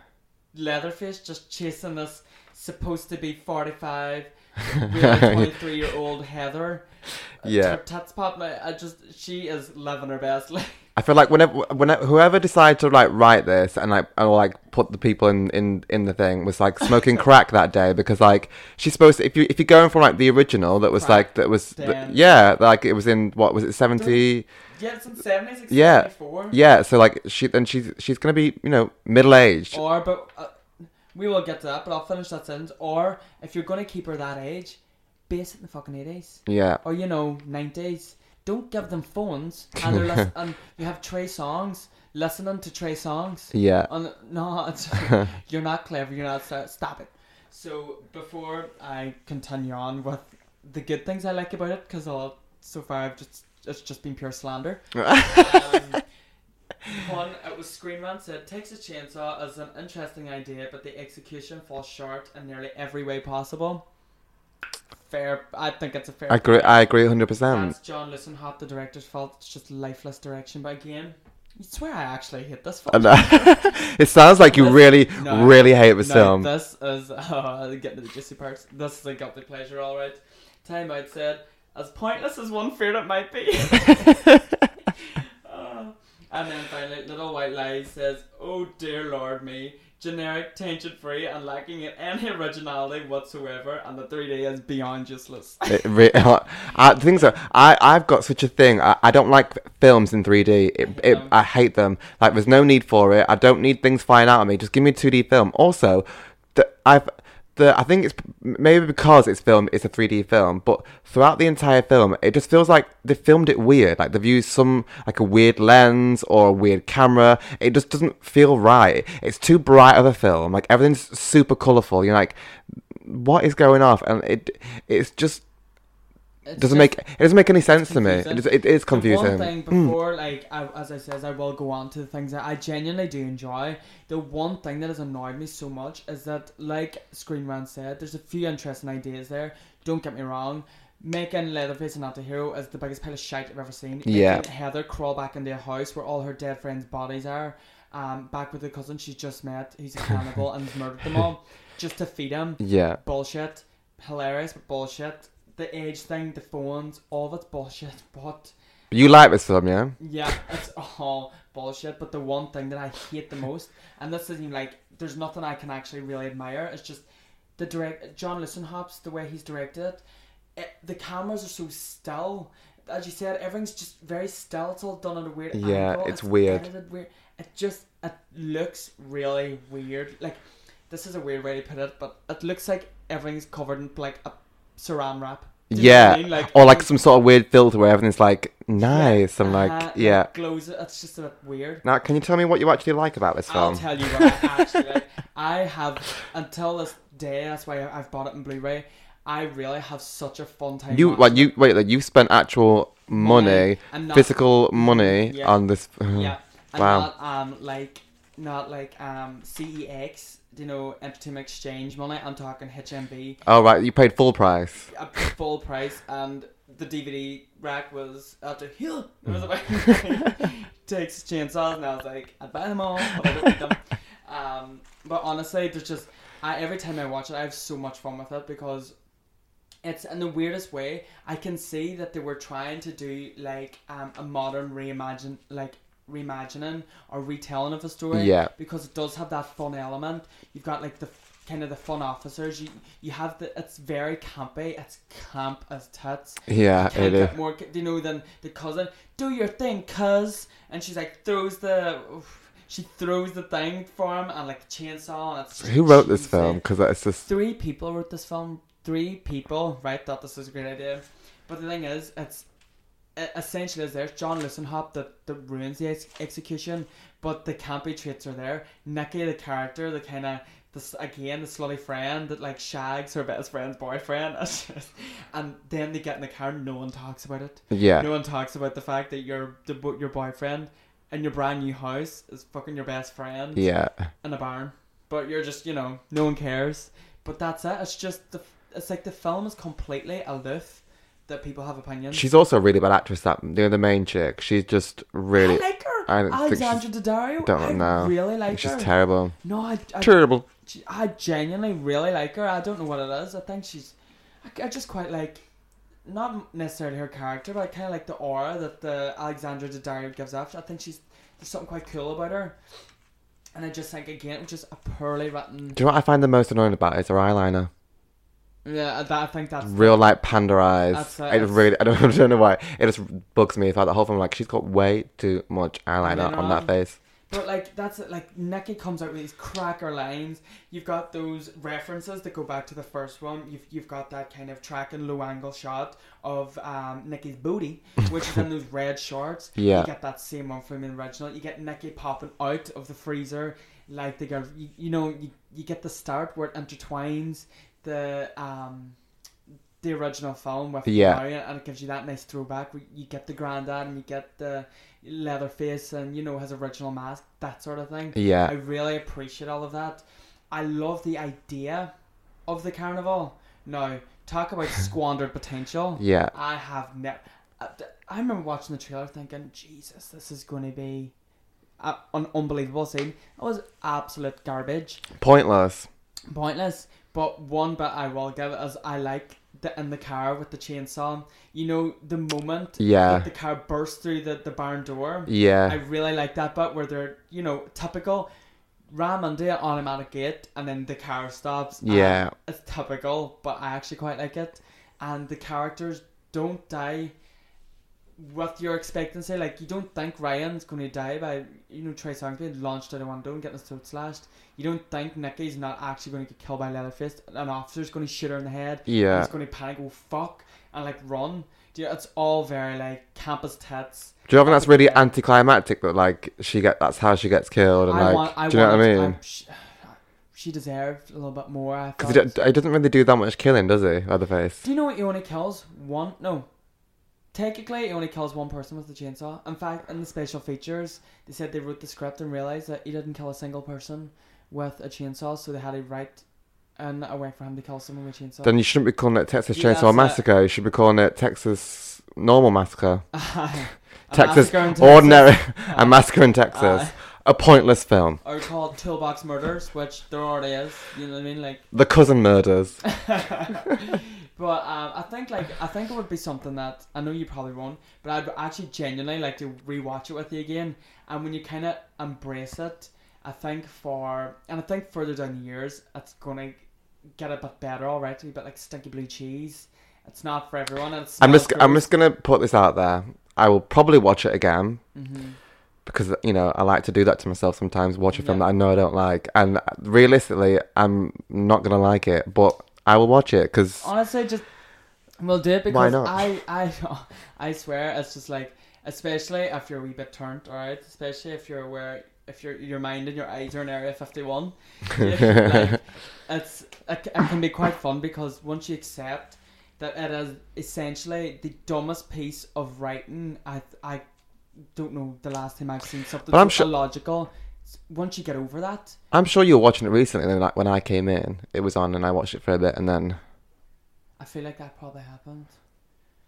[SPEAKER 1] Leatherface just chasing this supposed to be forty five twenty-three year old Heather. Her
[SPEAKER 2] Yeah.
[SPEAKER 1] tits pop. like, I just she is living her best life.
[SPEAKER 2] I feel like whenever, whenever whoever decided to like write this and like and like put the people in, in in the thing was like smoking crack that day because like she's supposed to, if you if you're going from like the original that was
[SPEAKER 1] Crack.
[SPEAKER 2] like that was th-
[SPEAKER 1] Damn.
[SPEAKER 2] yeah like it was in what was it seventy
[SPEAKER 1] Yeah, it's in seventies.
[SPEAKER 2] Yeah.
[SPEAKER 1] Before.
[SPEAKER 2] yeah so like she then she's she's gonna be you know middle aged
[SPEAKER 1] Or but uh, we will get to that. But I'll finish that sentence. Or if you're gonna keep her that age, base it in the fucking eighties
[SPEAKER 2] yeah
[SPEAKER 1] or you know nineties. Don't give them phones and they're listen- and you have Trey songs listening to Trey songs.
[SPEAKER 2] yeah
[SPEAKER 1] On, no, it's, you're not clever. You're not. so- Stop it. So before I continue on with the good things I like about it, because all so far I've just it's just been pure slander. um, one, it was Screenman said Texas Chainsaw is an interesting idea, but the execution falls short in nearly every way possible. Fair, I think it's a fair.
[SPEAKER 2] I agree I agree hundred percent
[SPEAKER 1] That's John Listenhop, the director's fault. It's just lifeless direction. But again, you swear I actually hate this film.
[SPEAKER 2] it sounds like you
[SPEAKER 1] This-
[SPEAKER 2] really
[SPEAKER 1] no.
[SPEAKER 2] really hate this
[SPEAKER 1] No,
[SPEAKER 2] film
[SPEAKER 1] This is oh, getting to the juicy parts. This is a guilty pleasure, all right. Time out said, as pointless as one feared it might be. Oh. And then finally, Little White Lies says, "Oh dear Lord me, generic, tension-free, and lacking in any originality whatsoever, and the 3D is beyond useless."
[SPEAKER 2] It re- I, the things are, I, I've got such a thing. I, I don't like films in 3D. It,
[SPEAKER 1] hate
[SPEAKER 2] it,
[SPEAKER 1] them.
[SPEAKER 2] I hate them. Like, there's no need for it. I don't need things flying out at me. Just give me a 2D film. Also, the, I've, the, I think it's p- maybe because it's film, it's a 3D film, but throughout the entire film, it just feels like they filmed it weird. Like, they've used some, like, a weird lens or a weird camera. It just doesn't feel right. It's too bright of a film. Like, everything's super colourful. You're like, what is going off? And it, it's just
[SPEAKER 1] It's just-
[SPEAKER 2] doesn't make it doesn't make any sense to me.
[SPEAKER 1] confusing.
[SPEAKER 2] It, is- it is
[SPEAKER 1] The
[SPEAKER 2] confusing. Hmm.
[SPEAKER 1] One thing before, like I, as I says, I will go on to the things that I genuinely do enjoy. The one thing that has annoyed me so much is that, like Screen Rant said, there's a few interesting ideas there. Don't get me wrong. Making Leatherface an anti-hero is the biggest pile of shite I've ever seen.
[SPEAKER 2] Yeah.
[SPEAKER 1] Making Heather crawl back into a house where all her dead friends' bodies are. Um, back with the cousin she's just met. He's a cannibal and has murdered them all just to feed him
[SPEAKER 2] Yeah,
[SPEAKER 1] bullshit, hilarious but bullshit. The age thing, the phones, all of it's bullshit. But
[SPEAKER 2] but you like this film, yeah?
[SPEAKER 1] yeah, it's all bullshit. But the one thing that I hate the most, and this isn't like there's nothing I can actually really admire. It's just the direct John Listenhop's the way he's directed. It, It- the cameras are so still. As you said, everything's just very still. It's all done at a weird
[SPEAKER 2] Yeah,
[SPEAKER 1] angle.
[SPEAKER 2] it's weird.
[SPEAKER 1] edited weird. It just it looks really weird. Like this is a weird way to put it, but it looks like everything's covered in like a saran wrap. Do you know what
[SPEAKER 2] yeah,
[SPEAKER 1] I mean? Like, um,
[SPEAKER 2] or like
[SPEAKER 1] everything's-
[SPEAKER 2] some sort of weird filter where everything's like nice. I'm like,
[SPEAKER 1] Uh,
[SPEAKER 2] yeah.
[SPEAKER 1] It glows. That's just a bit weird.
[SPEAKER 2] Now, can you tell me what you actually like about this
[SPEAKER 1] I'll
[SPEAKER 2] film?
[SPEAKER 1] tell you what I actually like. I have until this day. That's why I- I've bought it in Blu-ray. I really have such a fun time.
[SPEAKER 2] you
[SPEAKER 1] watching
[SPEAKER 2] like you wait like you spent actual money,
[SPEAKER 1] and not-
[SPEAKER 2] physical money
[SPEAKER 1] Yeah.
[SPEAKER 2] on this.
[SPEAKER 1] Yeah. And
[SPEAKER 2] Wow.
[SPEAKER 1] not um like not like um CEX, you know, entertainment exchange money. I'm talking HMB
[SPEAKER 2] Oh right, you paid full price.
[SPEAKER 1] at full price and the DVD rack was after here. It was about takes chainsaws and I was like, I'd buy them all, but I don't need them. Um, but honestly, there's just I, every time I watch it, I have so much fun with it because it's in the weirdest way. I can see that they were trying to do like um, a modern reimagine, like reimagining or retelling of the story.
[SPEAKER 2] Yeah.
[SPEAKER 1] Because it does have that fun element. You've got like the f- kind of the fun officers. You you have the it's very campy. It's camp as tits
[SPEAKER 2] Yeah,
[SPEAKER 1] can't
[SPEAKER 2] it is.
[SPEAKER 1] get more, you know, than the cousin. Do your thing, cuz. And she's like throws the, she throws the thing for him and like chainsaw. And it's
[SPEAKER 2] Who wrote this
[SPEAKER 1] Jesus.
[SPEAKER 2] film? Because it's just
[SPEAKER 1] Three people wrote this film. Three people, right? Thought this was a great idea. But the thing is, it's e- essentially is there's John Listenhop that, that ruins the ex- execution, but the campy traits are there. Nikki, the character, the kind of this again the slutty friend that like shags her best friend's boyfriend, It's just- and then they get in the car. and No one talks about it.
[SPEAKER 2] yeah.
[SPEAKER 1] No one talks about the fact that your the, bo- your boyfriend in your brand new house is fucking your best friend
[SPEAKER 2] Yeah,
[SPEAKER 1] in a barn, but you're just you know no one cares. But that's it. It's just the it's like the film is completely aloof that people have opinions.
[SPEAKER 2] she's also a really bad actress. That you know, the main chick. She's just
[SPEAKER 1] I
[SPEAKER 2] really.
[SPEAKER 1] like her.
[SPEAKER 2] I don't think she's-
[SPEAKER 1] Alexandra Daddario.
[SPEAKER 2] don't
[SPEAKER 1] I
[SPEAKER 2] know.
[SPEAKER 1] Really like
[SPEAKER 2] she's
[SPEAKER 1] her.
[SPEAKER 2] terrible.
[SPEAKER 1] no, I, I,
[SPEAKER 2] Terrible.
[SPEAKER 1] she- I genuinely really like her. I don't know what it is. I think she's. I, I just quite like, not necessarily her character, but I kind of like the aura that the Alexandra Daddario gives off. I think she's there's something quite cool about her. And I just think again, just a poorly written.
[SPEAKER 2] Do you know what I find the most annoying about it is her eyeliner.
[SPEAKER 1] Yeah, that, I think that's
[SPEAKER 2] Real like panda eyes.
[SPEAKER 1] That's it,
[SPEAKER 2] it
[SPEAKER 1] that's-
[SPEAKER 2] really. I don't, I don't know why. It just bugs me throughout the whole film. Like she's got way too much eyeliner
[SPEAKER 1] Eyeliner
[SPEAKER 2] on that
[SPEAKER 1] on.
[SPEAKER 2] face.
[SPEAKER 1] But like that's it. Like Nikki comes out with these cracker lines. You've got those references that go back to the first one. You've you've got that kind of track and low angle shot of um, Nikki's booty, which is in those red shorts.
[SPEAKER 2] Yeah.
[SPEAKER 1] You get that same one from the original. You get Nikki popping out of the freezer like the girl. You, you know you, you get the start where it intertwines the um the original film with
[SPEAKER 2] Yeah.
[SPEAKER 1] now, and it gives you that nice throwback. Where you get the granddad and you get the Leatherface and you know his original mask, that sort of thing. I
[SPEAKER 2] Yeah,
[SPEAKER 1] really appreciate all of that. I love the idea of the carnival. Now, talk about squandered potential.
[SPEAKER 2] yeah.
[SPEAKER 1] I have never. I remember watching the trailer thinking, Jesus, this is going to be a- an unbelievable scene. It was absolute garbage,
[SPEAKER 2] Pointless.
[SPEAKER 1] pointless. But one bit I will give it is I like the in the car with the chainsaw. You know the moment
[SPEAKER 2] Yeah.
[SPEAKER 1] that the car bursts through the, the barn door. I
[SPEAKER 2] Yeah.
[SPEAKER 1] really like that bit where they're, you know, typical ram under an automatic gate and then the car stops. and
[SPEAKER 2] Yeah.
[SPEAKER 1] It's typical, but I actually quite like it. And the characters don't die with your expectancy. Like, you don't think Ryan's going to die by, you know, Trey Songz being launched out a window and getting his throat slashed. You don't think Nikki's not actually going to get killed by Leatherface. An officer's going to shoot her in the head. And
[SPEAKER 2] Yeah.
[SPEAKER 1] it's going to panic, oh fuck, and like run. Do you- It's all very like campus tits.
[SPEAKER 2] Do you think that's really anticlimactic that like she get that's how she gets killed and
[SPEAKER 1] I
[SPEAKER 2] like
[SPEAKER 1] want, I
[SPEAKER 2] do you know what I
[SPEAKER 1] wanted-
[SPEAKER 2] mean?
[SPEAKER 1] I'm- she, she deserved a little bit more. I
[SPEAKER 2] Because
[SPEAKER 1] thought.
[SPEAKER 2] it, do- it doesn't really do that much killing, does he? Leatherface.
[SPEAKER 1] Do you know what he only kills? One? No. Technically, he only kills one person with the chainsaw. In fact, in the special features, they said they wrote the script and realized that he didn't kill a single person with a chainsaw, so they had to write an a way for him to kill someone with a chainsaw.
[SPEAKER 2] Then you shouldn't be calling it Texas
[SPEAKER 1] Yeah,
[SPEAKER 2] Chainsaw
[SPEAKER 1] that's it.
[SPEAKER 2] Massacre. You should be calling it Texas Normal Massacre.
[SPEAKER 1] A
[SPEAKER 2] Texas
[SPEAKER 1] massacre in Texas,
[SPEAKER 2] Ordinary
[SPEAKER 1] Aye.
[SPEAKER 2] A Massacre in Texas.
[SPEAKER 1] Aye.
[SPEAKER 2] a pointless film.
[SPEAKER 1] Or called Toolbox Murders, which there already is. You know what I mean? Like.
[SPEAKER 2] The Cousin Murders.
[SPEAKER 1] but um, I think like I think it would be something that I know you probably won't, but I'd actually genuinely like to rewatch it with you again. And when you kind of embrace it, I think for and I think further down the years, it's gonna get a bit better. All right, a bit like stinky blue cheese. It's not for everyone. And it's
[SPEAKER 2] I'm just I'm just gonna put this out there. I will probably watch it again
[SPEAKER 1] hmm
[SPEAKER 2] because you know I like to do that to myself sometimes. Watch a film
[SPEAKER 1] Yeah.
[SPEAKER 2] that I know I don't like, and realistically, I'm not gonna like it, but I will watch it because
[SPEAKER 1] Honestly, just We'll do it because
[SPEAKER 2] Why not?
[SPEAKER 1] I, I, I swear it's just like, especially if you're a wee bit turned, alright? Especially if you're aware, if your your mind and your eyes are in Area 51. like, it's, it, it can be quite fun because once you accept that it is essentially the dumbest piece of writing, I, I don't know the last time I've seen something
[SPEAKER 2] But I'm
[SPEAKER 1] so
[SPEAKER 2] sure-
[SPEAKER 1] illogical. S- Once you get over that,
[SPEAKER 2] I'm sure you were watching it recently. Then like, when I came in, it was on, and I watched it for a bit, and then
[SPEAKER 1] I feel like that probably happened.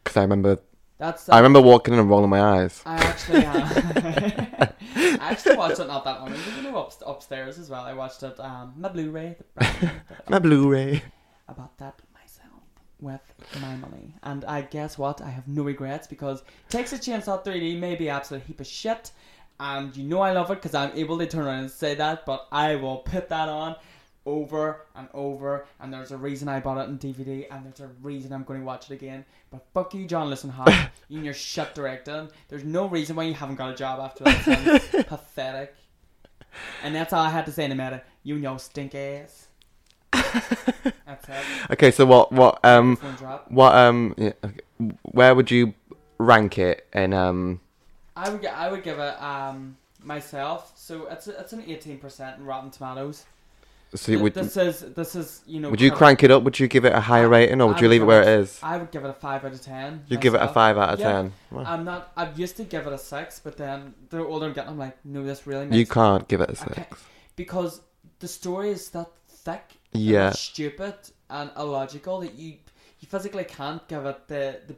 [SPEAKER 2] because I remember,
[SPEAKER 1] That's
[SPEAKER 2] I remember walking in and rolling my eyes.
[SPEAKER 1] I actually have. I actually watched it not that long ago. You know, up, upstairs as well. I watched it. Um, my Blu-ray
[SPEAKER 2] My Blu-ray.
[SPEAKER 1] I bought that myself with my money, and I guess what? I have no regrets because Texas Chainsaw 3D may be absolute heap of shit, and you know I love it because I'm able to turn around and say that. But I will put that on. Over and over, and there's a reason I bought it on DVD, and there's a reason I'm going to watch it again. But fuck you, John Listen Hart, you and your shit directing. There's no reason why you haven't got a job after that. Sounds pathetic. And that's all I had to say in a matter. You and your stink ass. That's it.
[SPEAKER 2] Okay, so what, what, um,
[SPEAKER 1] Microphone drop.
[SPEAKER 2] what, um, yeah, okay. where would you rank it in, um,
[SPEAKER 1] I would gi- I would give it um myself. So it's a, it's an eighteen percent in Rotten Tomatoes.
[SPEAKER 2] so you
[SPEAKER 1] Th-
[SPEAKER 2] would,
[SPEAKER 1] this is this is you know.
[SPEAKER 2] would you
[SPEAKER 1] cur-
[SPEAKER 2] crank it up? Would you give it a higher rating, or would
[SPEAKER 1] I
[SPEAKER 2] you
[SPEAKER 1] would
[SPEAKER 2] leave it
[SPEAKER 1] give
[SPEAKER 2] where
[SPEAKER 1] it-
[SPEAKER 2] it is?
[SPEAKER 1] I would give it a five out of ten.
[SPEAKER 2] You give it a
[SPEAKER 1] myself.
[SPEAKER 2] five out of
[SPEAKER 1] Yeah.
[SPEAKER 2] ten. Well,
[SPEAKER 1] I'm not. I used to give it a six, but then the older I'm getting, I'm like, no, this really makes
[SPEAKER 2] you can't give it a
[SPEAKER 1] I
[SPEAKER 2] six.
[SPEAKER 1] can't- because the story is that thick, and
[SPEAKER 2] Yeah.
[SPEAKER 1] it's stupid and illogical that you you physically can't give it the the,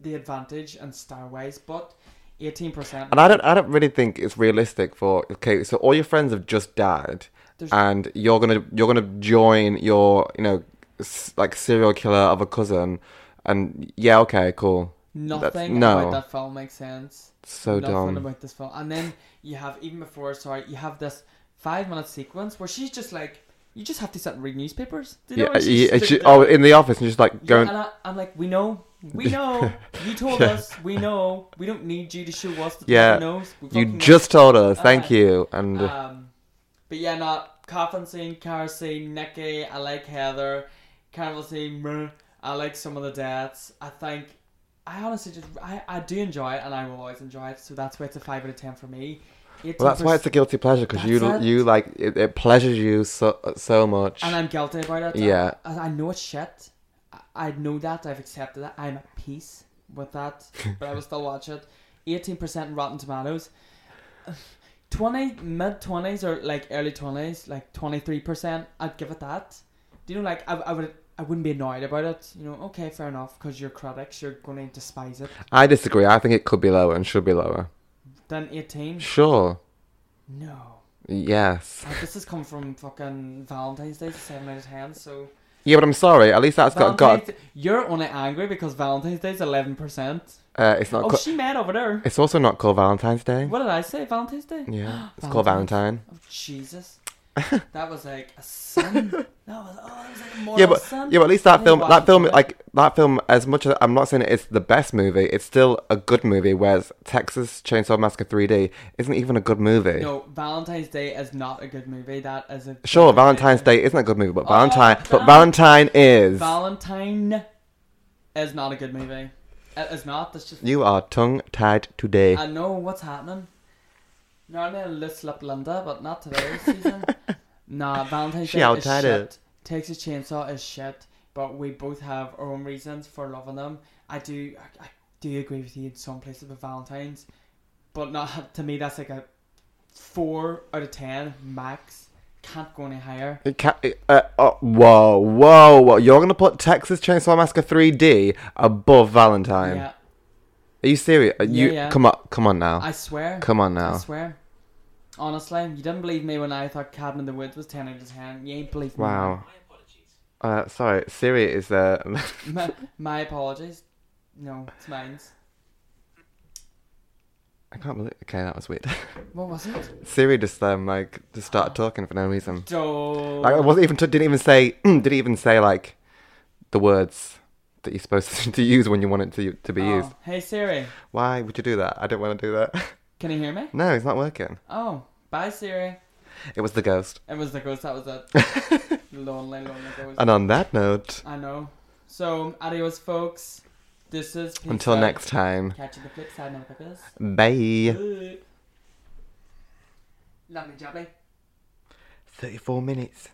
[SPEAKER 1] the advantage in Star Wars, but eighteen percent.
[SPEAKER 2] And I don't, I don't really think it's realistic for. Okay, so all your friends have just died,
[SPEAKER 1] There's-
[SPEAKER 2] and you're gonna, you're gonna join your, you know, s- like serial killer of a cousin, and yeah, okay, cool.
[SPEAKER 1] Nothing
[SPEAKER 2] no.
[SPEAKER 1] about that film makes sense.
[SPEAKER 2] So
[SPEAKER 1] Nothing
[SPEAKER 2] dumb.
[SPEAKER 1] about this film. And then you have even before, sorry, you have this five minute sequence where she's just like, you just have to sit and read newspapers. Do you know
[SPEAKER 2] yeah,
[SPEAKER 1] where she's
[SPEAKER 2] yeah,
[SPEAKER 1] just
[SPEAKER 2] she-
[SPEAKER 1] sitting
[SPEAKER 2] oh,
[SPEAKER 1] there?
[SPEAKER 2] in the office and just like
[SPEAKER 1] Yeah,
[SPEAKER 2] going.
[SPEAKER 1] and I, I'm like, we know, we know, you told
[SPEAKER 2] Yeah.
[SPEAKER 1] us, we know, we don't need you to show us that
[SPEAKER 2] Yeah.
[SPEAKER 1] yeah. knows. We
[SPEAKER 2] You
[SPEAKER 1] fucking
[SPEAKER 2] just told us, thank
[SPEAKER 1] Alright.
[SPEAKER 2] you,
[SPEAKER 1] know."
[SPEAKER 2] and uh,
[SPEAKER 1] Um, but yeah, not coffin scene, car scene, Nikki. I like Heather. Carnival scene. meh. I like some of the deaths. I think. I honestly just I, I do enjoy it and I will always enjoy it so that's why it's a five out of ten for me.
[SPEAKER 2] well, that's why it's a guilty pleasure because you,
[SPEAKER 1] That's it.
[SPEAKER 2] you like it, it pleasures you so so much.
[SPEAKER 1] and I'm guilty about it.
[SPEAKER 2] Yeah.
[SPEAKER 1] I, I know it's shit. I, I know that. I've accepted that. I'm at peace with that. But I will still watch it. 18% in Rotten Tomatoes. 20, mid 20s or like early 20s, like 23%, I'd give it that. Do you know, like, I, I would. I wouldn't be annoyed about it, you know. Okay, fair enough, because you're critics, you're going to despise it.
[SPEAKER 2] I disagree. I think it could be lower and should be lower.
[SPEAKER 1] Then 18,
[SPEAKER 2] Sure.
[SPEAKER 1] no.
[SPEAKER 2] Yes.
[SPEAKER 1] Like, this has come from fucking Valentine's Day, it's a 7 out of 10, so.
[SPEAKER 2] Yeah, but I'm sorry. At least that's got got.
[SPEAKER 1] Valentine's- You're only angry because Valentine's Day's eleven percent.
[SPEAKER 2] Uh, it's not.
[SPEAKER 1] Oh,
[SPEAKER 2] co-
[SPEAKER 1] she mad over there.
[SPEAKER 2] It's also not called Valentine's Day.
[SPEAKER 1] What did I say? Valentine's Day.
[SPEAKER 2] Yeah, it's called Valentine.
[SPEAKER 1] Oh Jesus, that was like a sin. That was oh, that was like a moral
[SPEAKER 2] Yeah, but
[SPEAKER 1] sin.
[SPEAKER 2] yeah, but at least that
[SPEAKER 1] Hey,
[SPEAKER 2] film, that film,
[SPEAKER 1] Valentine.
[SPEAKER 2] like that film, as much as I'm not saying it's the best movie, it's still a good movie. Whereas Texas Chainsaw Massacre 3D isn't even a good movie.
[SPEAKER 1] No, Valentine's Day is not a good movie. That is a
[SPEAKER 2] Sure, Valentine's Day isn't a good movie, but
[SPEAKER 1] Oh,
[SPEAKER 2] Valentine, but
[SPEAKER 1] Val-
[SPEAKER 2] Valentine is.
[SPEAKER 1] Valentine is not a good movie. It is not. That's just
[SPEAKER 2] you are tongue tied today.
[SPEAKER 1] I know what's happening. Normally I list slip Linda, but not today season. nah, Valentine's
[SPEAKER 2] She
[SPEAKER 1] Day is
[SPEAKER 2] outside it.
[SPEAKER 1] shit. Texas Chainsaw is shit, but we both have our own reasons for loving them. I do, I, I do agree with you in some places with Valentine's, but not to me. That's like a four out of ten max. Can't go any higher.
[SPEAKER 2] It ca- it- uh, oh, whoa, whoa, whoa! You're gonna put Texas Chainsaw Massacre 3D above Valentine?
[SPEAKER 1] Yeah,
[SPEAKER 2] Are you serious? Are
[SPEAKER 1] Yeah,
[SPEAKER 2] you
[SPEAKER 1] yeah.
[SPEAKER 2] come on, come on now,
[SPEAKER 1] I swear.
[SPEAKER 2] come on
[SPEAKER 1] I
[SPEAKER 2] now.
[SPEAKER 1] swear. Honestly, you didn't believe me when I thought Cabin in the Woods was ten out of ten. You ain't believed me. now.
[SPEAKER 2] Wow. Uh, sorry, Siri is Uh,
[SPEAKER 1] my, my apologies. No, it's mine's.
[SPEAKER 2] I can't believe. Okay, that was weird.
[SPEAKER 1] What was it?
[SPEAKER 2] Siri just um like just started talking for no reason.
[SPEAKER 1] Doe.
[SPEAKER 2] Like I wasn't even didn't even say didn't even say like the words that you're supposed to use when you want it to to be
[SPEAKER 1] Oh,
[SPEAKER 2] used.
[SPEAKER 1] Hey Siri,
[SPEAKER 2] Why would you do that? I don't want to do that.
[SPEAKER 1] can you hear me?
[SPEAKER 2] no, it's not working.
[SPEAKER 1] Oh, bye Siri.
[SPEAKER 2] It was the ghost.
[SPEAKER 1] It was the ghost. That was it. lonely, lonely ghost.
[SPEAKER 2] And on that note,
[SPEAKER 1] I know. So, adios, folks. This is. Peace
[SPEAKER 2] Until
[SPEAKER 1] out.
[SPEAKER 2] next time.
[SPEAKER 1] Catch you the flip side, motherfuckers.
[SPEAKER 2] Bye.
[SPEAKER 1] Bye. Lovely eh? jubbly.
[SPEAKER 2] 34 minutes.